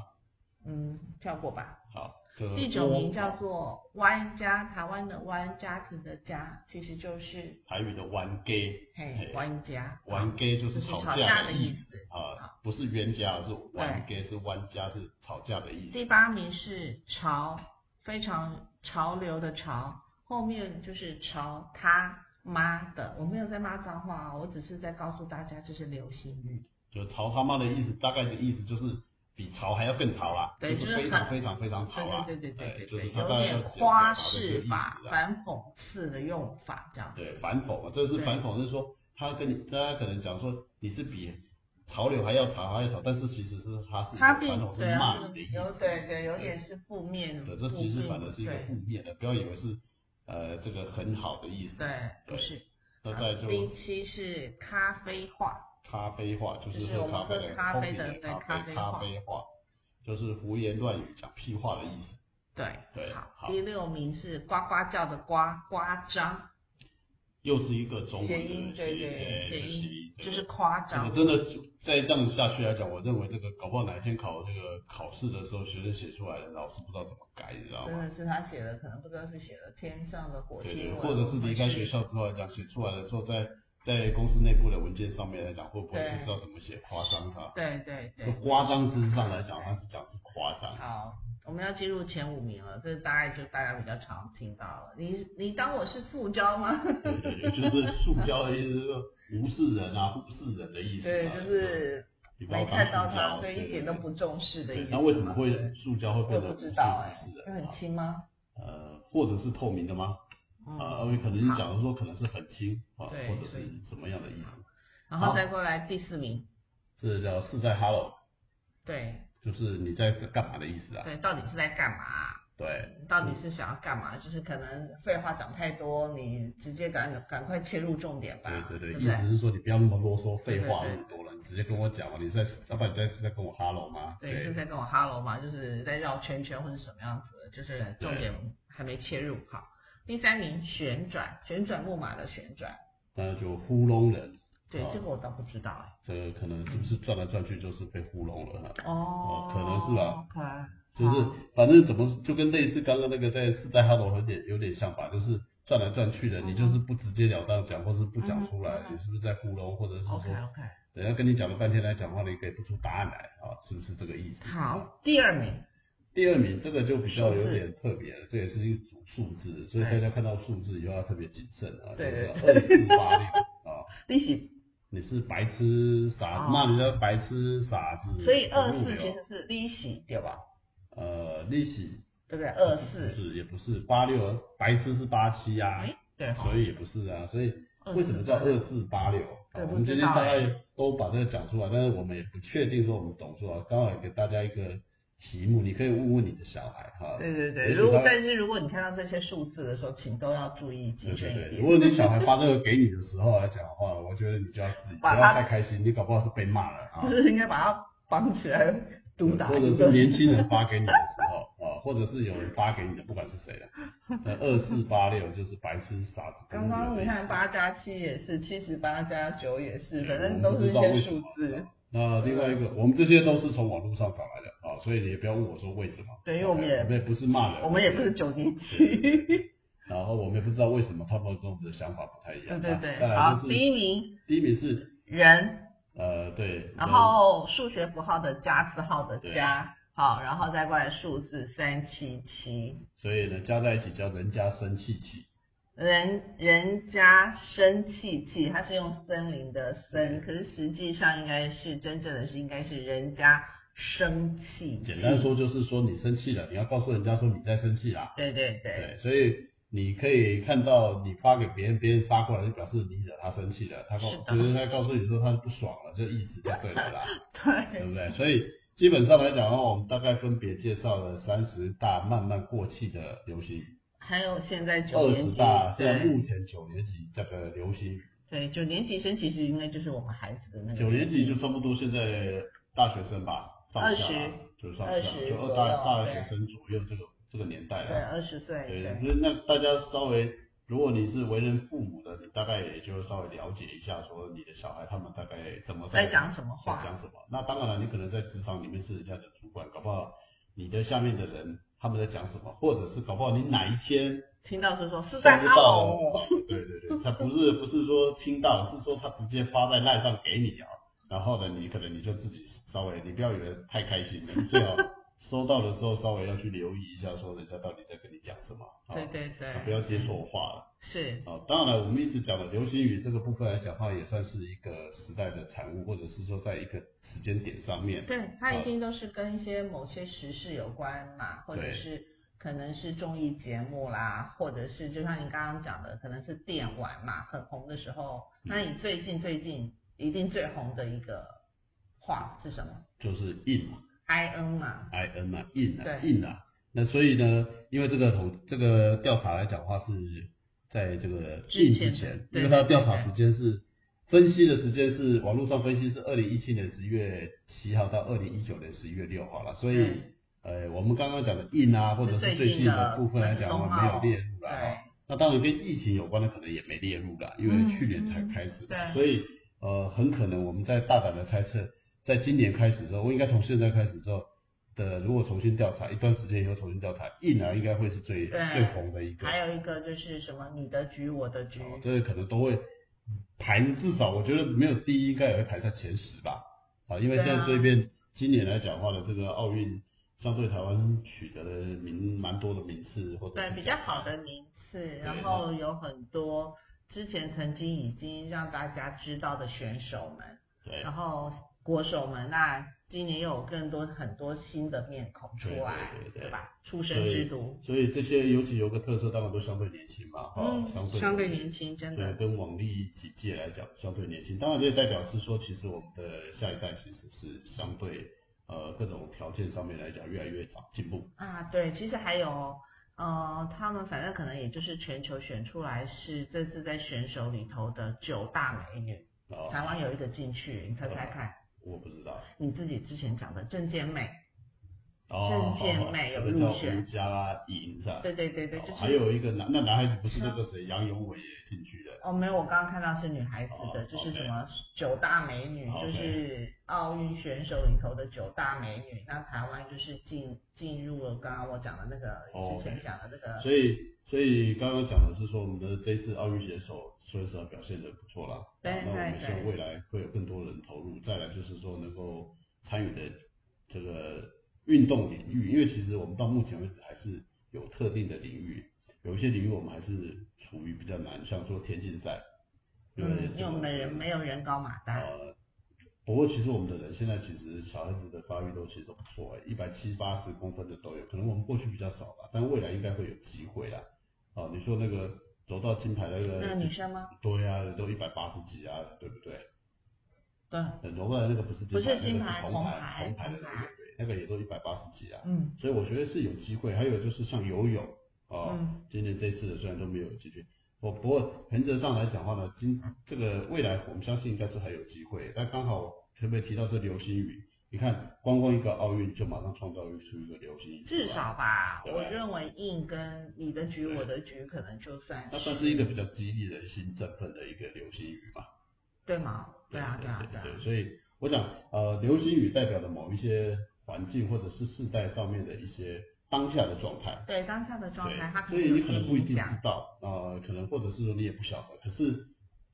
Speaker 1: 嗯，跳过吧。
Speaker 2: 好，这
Speaker 1: 第九名叫
Speaker 2: 做
Speaker 1: 做“湾家”，台湾的“湾”，家庭的“家”，其实就是
Speaker 2: 台语的玩 gay，
Speaker 1: 嘿“湾家”。
Speaker 2: 玩 gay 就
Speaker 1: 就是是
Speaker 2: 吵
Speaker 1: 吵
Speaker 2: 架
Speaker 1: 的
Speaker 2: 意
Speaker 1: 意
Speaker 2: 思
Speaker 1: 思。
Speaker 2: 啊，不是冤家，是玩 gay 是玩家是吵架的意思
Speaker 1: 第八名是潮，非常潮流的潮，后面就是潮他妈的，我没有在骂脏话啊，我只是在告诉大家这是流行语，
Speaker 2: 就曹他妈的意思，大概的意思就是比曹还要更曹啦，
Speaker 1: 对
Speaker 2: 就
Speaker 1: 就是是
Speaker 2: 非
Speaker 1: 很
Speaker 2: 常非常非常曹啦，
Speaker 1: 对对对
Speaker 2: 哎
Speaker 1: 对
Speaker 2: 就
Speaker 1: 对对，
Speaker 2: 是他
Speaker 1: 有
Speaker 2: 大概
Speaker 1: 点
Speaker 2: 要
Speaker 1: 花
Speaker 2: 表
Speaker 1: 式法
Speaker 2: 达这个意思、啦。
Speaker 1: 反讽刺的用法这样。
Speaker 2: 对，反讽嘛，这是
Speaker 1: 对
Speaker 2: 反讽，就是说他跟你，大家可能讲说你是比潮流还要潮还要潮，但是其实是他是一个
Speaker 1: 他
Speaker 2: 反
Speaker 1: 并
Speaker 2: 讽，
Speaker 1: 对
Speaker 2: 是
Speaker 1: 啊，
Speaker 2: 骂
Speaker 1: 这
Speaker 2: 你的
Speaker 1: 个
Speaker 2: 意
Speaker 1: 有
Speaker 2: 思。
Speaker 1: 对对，有点是负面，
Speaker 2: 对，这
Speaker 1: 负
Speaker 2: 其实
Speaker 1: 面
Speaker 2: 反而是一个负
Speaker 1: 对
Speaker 2: 面的，不要以为是呃这个很好的意思。
Speaker 1: 对，不
Speaker 2: 对
Speaker 1: 是。
Speaker 2: 那再来就
Speaker 1: 第七是咖啡化，
Speaker 2: 咖啡化，就
Speaker 1: 就是是我
Speaker 2: 喝
Speaker 1: 们
Speaker 2: 咖啡
Speaker 1: 喝咖啡的
Speaker 2: 的空瓶的
Speaker 1: 对
Speaker 2: 咖
Speaker 1: 咖
Speaker 2: 啡，
Speaker 1: 啡
Speaker 2: 咖
Speaker 1: 化
Speaker 2: 啡化就是胡言乱语、讲屁话的意思。
Speaker 1: 对，
Speaker 2: 对好
Speaker 1: 好。第六名是呱呱叫的呱，呱张，
Speaker 2: 又是一个中文
Speaker 1: 谐音，
Speaker 2: 的
Speaker 1: 对对，谐
Speaker 2: 谐音
Speaker 1: 音，
Speaker 2: 对
Speaker 1: 就是夸
Speaker 2: 这个
Speaker 1: 张，
Speaker 2: 真的再这样下去来讲，我认为这个搞不好哪一天考这个考试的时候，学生写出来的，老师不知道怎么改，你知道
Speaker 1: 真
Speaker 2: 吗？
Speaker 1: 的是他写的，可能不知道是写的天上的火
Speaker 2: 对对，
Speaker 1: 星文，
Speaker 2: 或者是离开学校之后来讲，写出来的时候，在在公司内部的文件上面来讲，会不会
Speaker 1: 对
Speaker 2: 不知道怎么写夸张它？
Speaker 1: 对对
Speaker 2: 就
Speaker 1: 对。
Speaker 2: 夸张之上来讲，它是讲是夸张。
Speaker 1: 好，我们要进入前五名了，这大概就大家比较常听到了。你你当我是塑胶吗？
Speaker 2: 对对对，就是塑胶的意思，就是无视人啊，忽视人的意思
Speaker 1: 对，
Speaker 2: 啊。
Speaker 1: 就是
Speaker 2: 你把我
Speaker 1: 没
Speaker 2: 当
Speaker 1: 看到
Speaker 2: 塑胶
Speaker 1: 他，所以一点都。不重视的
Speaker 2: 对对
Speaker 1: 意
Speaker 2: 对
Speaker 1: 思。
Speaker 2: 那为什么会
Speaker 1: 对
Speaker 2: 塑胶会
Speaker 1: 我也
Speaker 2: 变得
Speaker 1: 不
Speaker 2: 无视
Speaker 1: 知
Speaker 2: 人
Speaker 1: 道哎
Speaker 2: 忽视，
Speaker 1: 因
Speaker 2: 人
Speaker 1: 为
Speaker 2: 啊
Speaker 1: 很轻吗？
Speaker 2: 呃，或者是透明的吗？啊，
Speaker 1: 嗯，
Speaker 2: 因为可能
Speaker 1: 好
Speaker 2: 你讲的说可能是很轻啊，
Speaker 1: 对
Speaker 2: 或者
Speaker 1: 所
Speaker 2: 是
Speaker 1: 以
Speaker 2: 什么样的意思？
Speaker 1: 然后再过来第四名，
Speaker 2: 这叫是在 hello，
Speaker 1: 对
Speaker 2: 就是你在干嘛的意思啊？
Speaker 1: 对，到底是在干嘛啊、
Speaker 2: 对，
Speaker 1: 到底是想要干嘛？就是可能废话讲太多，你直接赶赶快切入重点吧，
Speaker 2: 对对对，
Speaker 1: 不
Speaker 2: 意思是说你不要那么啰嗦，废话
Speaker 1: 对
Speaker 2: 那
Speaker 1: 对
Speaker 2: 么多了，你直接跟我讲嘛，你在，老板你在是在跟我 hello 吗？
Speaker 1: 对，就是在跟我哈喽嘛，就是在绕圈圈或者什么样子的，就是重
Speaker 2: 对
Speaker 1: 点还没切入好。第三名旋转，旋转木马的旋转，
Speaker 2: 那就糊弄人，
Speaker 1: 对
Speaker 2: 哦
Speaker 1: 这个我倒不知道哎。
Speaker 2: 这个可能是不是转来转去就是被糊弄了哈？
Speaker 1: 哦
Speaker 2: 可能是吧
Speaker 1: OK，
Speaker 2: 就是
Speaker 1: 好
Speaker 2: 反正怎么就跟类似刚刚那个在是在哈罗有点有点像吧，就是转来转去的，你就是不直截了当讲，或是不讲出来
Speaker 1: 嗯，
Speaker 2: 你是不是在糊弄，或者是说
Speaker 1: OK OK，
Speaker 2: 人家跟你讲了半天来讲话，你给不出答案来啊，是不是这个意思？啊
Speaker 1: 好，第二名，
Speaker 2: 第二名这个就比较
Speaker 1: 数字
Speaker 2: 有点特别了，这也是一组数字，所以大
Speaker 1: 对
Speaker 2: 家看到数字以后要特别谨慎啊，就
Speaker 1: 对
Speaker 2: 是
Speaker 1: 对
Speaker 2: 二四八六啊，
Speaker 1: 利息，
Speaker 2: 你是白痴傻
Speaker 1: 哦
Speaker 2: 子，骂人家白痴傻子，
Speaker 1: 所以二
Speaker 2: 不入
Speaker 1: 四
Speaker 2: 流
Speaker 1: 其实是利息对吧？
Speaker 2: 呃利息
Speaker 1: 对不对？二
Speaker 2: 不
Speaker 1: 四，
Speaker 2: 是也不是八六，白痴是八七啊，
Speaker 1: 哎，对哈
Speaker 2: 所，以也不是啊，所以
Speaker 1: 24
Speaker 2: 为什么叫二四八六？
Speaker 1: 哦对
Speaker 2: 啊
Speaker 1: 不
Speaker 2: 我们今
Speaker 1: 知
Speaker 2: 天
Speaker 1: 道
Speaker 2: 大
Speaker 1: 哎
Speaker 2: 概都把这个讲出来，但是我们也不确定说我们懂多少，刚好也给大家一个题目，你可以问问你的小孩哈。
Speaker 1: 对对
Speaker 2: 也
Speaker 1: 对，
Speaker 2: 许
Speaker 1: 如果
Speaker 2: 他
Speaker 1: 但是如果你看到这些数字的时候，请都要注意
Speaker 2: 对
Speaker 1: 谨
Speaker 2: 对
Speaker 1: 慎一
Speaker 2: 对，
Speaker 1: 点。
Speaker 2: 如果你小孩发这个给你的时候来讲的话，我觉得你就要自己不
Speaker 1: 把
Speaker 2: 要
Speaker 1: 他
Speaker 2: 太开心，你搞不好是被骂了啊
Speaker 1: 不。是应该把它绑起来毒打
Speaker 2: 嗯或
Speaker 1: 一
Speaker 2: 者
Speaker 1: 顿
Speaker 2: 是年轻人发给你的时候 啊，或者是有人发给你的，不管是 谁的，那二四八六就是白痴傻子。
Speaker 1: 刚刚你看
Speaker 2: 八，
Speaker 1: 八加七也是，七十八加九也
Speaker 2: 嗯
Speaker 1: 是，反正都是一些数字。
Speaker 2: 那另外一个，我们这些都是从网络上找来的啊，所以你也不要问我说为什么。
Speaker 1: 对因为我们也
Speaker 2: 我们也不是骂人，
Speaker 1: 我们也不是九年级。
Speaker 2: 然后我们也不知道为什么他们跟我们的想法不太一
Speaker 1: 对
Speaker 2: 样。
Speaker 1: 对
Speaker 2: 啊
Speaker 1: 对，
Speaker 2: 再来
Speaker 1: 好
Speaker 2: 就，是
Speaker 1: 第一名
Speaker 2: 第一名是
Speaker 1: 人，
Speaker 2: 呃对，
Speaker 1: 然后数学符号的加字号的加，好，然后再过来数字三七七，
Speaker 2: 所以呢加在一起叫人家生气气，
Speaker 1: 人人家生气气，它是用森林的森，可是实际上应该是真正的是应该是人家生气气。
Speaker 2: 简单，说就是说你生气了，你要告诉人家说你在生气啦。
Speaker 1: 对对对。
Speaker 2: 对，所以你可以看到你发给别人，别人发过来就表示你惹他生气了，他告
Speaker 1: 是的
Speaker 2: 就是他告诉你说他不爽了，这意思就对 了啦，对
Speaker 1: 对，
Speaker 2: 不对？所以基本上来讲的话，我们大概分别介绍了三十大慢慢过气的流行语，
Speaker 1: 还有现在九
Speaker 2: 二
Speaker 1: 年
Speaker 2: 十
Speaker 1: 级
Speaker 2: 大，现在目
Speaker 1: 对
Speaker 2: 前九年级这个流行语，
Speaker 1: 对，九年级生其实应该就是我们孩子的那个
Speaker 2: 九年级就
Speaker 1: 纪
Speaker 2: 差不多现在大学生吧，上下
Speaker 1: 20
Speaker 2: 啦就是上下，
Speaker 1: 20
Speaker 2: 就
Speaker 1: 左
Speaker 2: 二
Speaker 1: 右
Speaker 2: 大大
Speaker 1: 对
Speaker 2: 学生左右这个这个年代
Speaker 1: 对，啊
Speaker 2: 了。
Speaker 1: 二十岁
Speaker 2: 对，
Speaker 1: 对
Speaker 2: 所以那大家稍微，如果你是为人父母的，你大概也就稍微了解一下，说你的小孩他们大概怎么
Speaker 1: 在讲什么
Speaker 2: 在
Speaker 1: 话，
Speaker 2: 讲什么。那当然了，你可能在职场里面是人家的主管，搞不好你的下面的人他们在讲什么，或者是搞不好你哪一天
Speaker 1: 听到是说是在哦
Speaker 2: 收
Speaker 1: 哈
Speaker 2: 到
Speaker 1: 喽，，
Speaker 2: 对对对，他不是不是说听到，是说他直接发在赖上给你啊，然后呢，你可能你就自己稍微，你不要以为太开心了，你最好收到的时候稍微要去留意一下，说人家到底在跟你讲什么。啊
Speaker 1: 哦对对
Speaker 2: 啊不
Speaker 1: 对，
Speaker 2: 要接错话了
Speaker 1: 是
Speaker 2: 啊！当然了，我们一直讲的流行语这个部分来讲的话，也算是一个时代的产物，或者是说在一个时间点上面，
Speaker 1: 对，它一
Speaker 2: 啊
Speaker 1: 定都是跟一些某些时事有关嘛，或者
Speaker 2: 对
Speaker 1: 是可能是综艺节目啦，或者是就像你刚刚讲的，可能是电玩嘛，很红的时候，那你最近最近一定最红的一个话是什么
Speaker 2: 就是硬嘛
Speaker 1: ？I N 嘛，
Speaker 2: ，I N 啊，硬啊，
Speaker 1: 对
Speaker 2: 硬啊。那所以呢，因为这个统这个调查来讲的话是在这个
Speaker 1: 之
Speaker 2: 硬
Speaker 1: 前
Speaker 2: 之
Speaker 1: 的
Speaker 2: 前，
Speaker 1: 对
Speaker 2: 因为它的
Speaker 1: 对
Speaker 2: 调
Speaker 1: 对
Speaker 2: 查时间是分析的时间是网络上分析是二零一七年十一月七号到二零一九年十一月六号了，所以
Speaker 1: 嗯
Speaker 2: 呃，我们刚刚讲的硬啊，或者是
Speaker 1: 是
Speaker 2: 最近的
Speaker 1: 的
Speaker 2: 部分来讲，我
Speaker 1: 或是
Speaker 2: 们
Speaker 1: 冬
Speaker 2: 没
Speaker 1: 奥
Speaker 2: 有列入啦。
Speaker 1: 对。
Speaker 2: 那当然跟疫情有关的可能也没列入啦，因
Speaker 1: 嗯
Speaker 2: 为去年才开始的，
Speaker 1: 嗯对
Speaker 2: 所以呃，很可能我们在大胆的猜测，在今年开始之后，我应该从现在开始之后的，如果重新调查一段时间以后重新调查，一男应该会是最
Speaker 1: 对
Speaker 2: 最红的一个，
Speaker 1: 还有一个就是什么你的局我的局，
Speaker 2: 哦这个可能都会排，至少我觉得没有第一，应该也会排在前十吧，啊，因为
Speaker 1: 对啊
Speaker 2: 现在这边今年来讲的话呢，这个奥运相对台湾取得的名蛮多的名次或者
Speaker 1: 对
Speaker 2: 是
Speaker 1: 比较
Speaker 2: 奖
Speaker 1: 好
Speaker 2: 牌
Speaker 1: 的名次，然后有很多之前曾经已经让大家知道的选手们，
Speaker 2: 对。
Speaker 1: 然后国手们，那今年又有更多很多新的面孔出来，
Speaker 2: 对对对对
Speaker 1: 吧？出生之犊，
Speaker 2: 所以这些尤其有个特色，当然都相对年轻嘛，哈、哦
Speaker 1: 嗯
Speaker 2: 相对
Speaker 1: 相对年轻，真
Speaker 2: 对，
Speaker 1: 的，
Speaker 2: 跟往历几届来讲相对年轻，当然这也代表是说，其实我们的下一代其实是相对呃各种条件上面来讲越来越长进步。
Speaker 1: 啊，对，其实还有，呃，他们反正可能也就是全球选出来是这次在选手里头的九大美女，台
Speaker 2: 啊，
Speaker 1: 湾
Speaker 2: 哦
Speaker 1: 有一个进去，你猜猜看，
Speaker 2: 我不知道，
Speaker 1: 你自己之前讲的郑健美，
Speaker 2: 哦，
Speaker 1: 证件
Speaker 2: 好
Speaker 1: 妹有
Speaker 2: 这个叫
Speaker 1: 入选
Speaker 2: 吴家莹是吧？
Speaker 1: 对对对对，
Speaker 2: 哦
Speaker 1: 就是
Speaker 2: 还有一个男，那男孩子不是那个谁，杨永伟也进去的。
Speaker 1: 哦，没有，我刚刚看到是女孩子的，
Speaker 2: 哦
Speaker 1: 就是
Speaker 2: ，OK
Speaker 1: 什么九大美女
Speaker 2: OK
Speaker 1: 就是奥运选手里头的九大美女。那台湾就是进进入了刚刚我讲的那个、
Speaker 2: 哦
Speaker 1: 之前讲的那个，
Speaker 2: 所以，所以刚刚讲的是说，我们的这次奥运选手说实话表现的不错啦。
Speaker 1: 对
Speaker 2: 那我
Speaker 1: 对
Speaker 2: 们希望
Speaker 1: 对
Speaker 2: 未来会有更多人投入。再来就是说，能够参与的这个运动领域，因为其实我们到目前为止还是有特定的领域，有一些领域我们还是处于比较难，像说田径赛，因为
Speaker 1: 嗯，因
Speaker 2: 这
Speaker 1: 为我们的
Speaker 2: 个
Speaker 1: 人没有人高马大，
Speaker 2: 呃，不过其实我们的人现在其实小孩子的发育都其实都不错、欸，一百七八十公分的都有，可能我们过去比较少吧，但未来应该会有机会啦。啊，你说那个柔道金牌那个，
Speaker 1: 那个女生吗？
Speaker 2: 对啊，都一百八十几啊，对不对？
Speaker 1: 对，
Speaker 2: 呃柔道那个不是金牌，
Speaker 1: 不是金牌
Speaker 2: 那个是铜牌，
Speaker 1: 铜牌
Speaker 2: 铜牌的那
Speaker 1: 铜牌
Speaker 2: 个，对，那个也都一百八十几啊。
Speaker 1: 嗯
Speaker 2: 所以我觉得是有机会。还有就是像游泳啊，
Speaker 1: 嗯
Speaker 2: 今年这次的虽然都没有进去，我不过原则上来讲的话呢，今这个未来我们相信应该是还有机会。但刚好特别提到这流星雨，你看光光一个奥运就马上创造出一个流星雨，
Speaker 1: 至
Speaker 2: 是吧
Speaker 1: 少吧，
Speaker 2: 对
Speaker 1: 我认为硬跟你的局
Speaker 2: 对
Speaker 1: 我的局可能就算
Speaker 2: 那算
Speaker 1: 是
Speaker 2: 是一个比较激励人心振奋的一个流星雨嘛。
Speaker 1: 对吗？对啊对啊对
Speaker 2: 对
Speaker 1: 啊，
Speaker 2: 所以我想，呃，流星雨代表了某一些环境或者是世代上面的一些当下的状态。
Speaker 1: 对当下的状
Speaker 2: 对，
Speaker 1: 态，它可
Speaker 2: 所
Speaker 1: 能
Speaker 2: 以
Speaker 1: 有
Speaker 2: 你可
Speaker 1: 些
Speaker 2: 能不一
Speaker 1: 影
Speaker 2: 定知
Speaker 1: 响，
Speaker 2: 道，呃，可能或者是说你也不晓得，可是，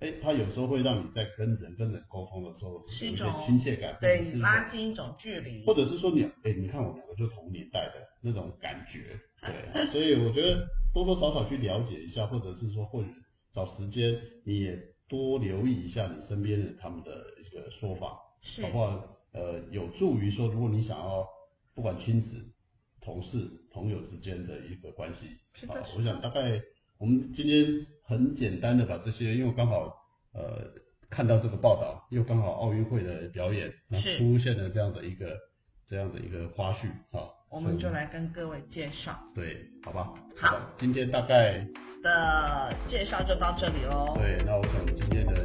Speaker 2: 哎，他有时候会让你在跟人跟人沟通的时候
Speaker 1: 是
Speaker 2: 有
Speaker 1: 一
Speaker 2: 一些
Speaker 1: 种
Speaker 2: 亲切感，或者
Speaker 1: 对
Speaker 2: 是一种
Speaker 1: 拉近一种距离，
Speaker 2: 或者是说你，哎，你看我们两个就同年代的那种感觉， 对，所以我觉得多多少少去了解一下，或者是说，或者找时间你也多留意一下你身边人他们的一个说法，
Speaker 1: 是
Speaker 2: 好不好？呃，有助于说，如果你想要不管亲子、同事、朋友之间的一个关系
Speaker 1: 是，的
Speaker 2: 啊
Speaker 1: 是，
Speaker 2: 我
Speaker 1: 的
Speaker 2: 想大概我们今天很简单的把这些，因为刚好呃看到这个报道，又刚好奥运会的表演，那
Speaker 1: 是
Speaker 2: 出现了这样的一个这样的一个花絮啊，
Speaker 1: 我
Speaker 2: 所以
Speaker 1: 们就来跟各位介绍。
Speaker 2: 对，好吧，
Speaker 1: 好，
Speaker 2: 今天大概
Speaker 1: 的介绍就到这里喽。
Speaker 2: 对，那我想今天的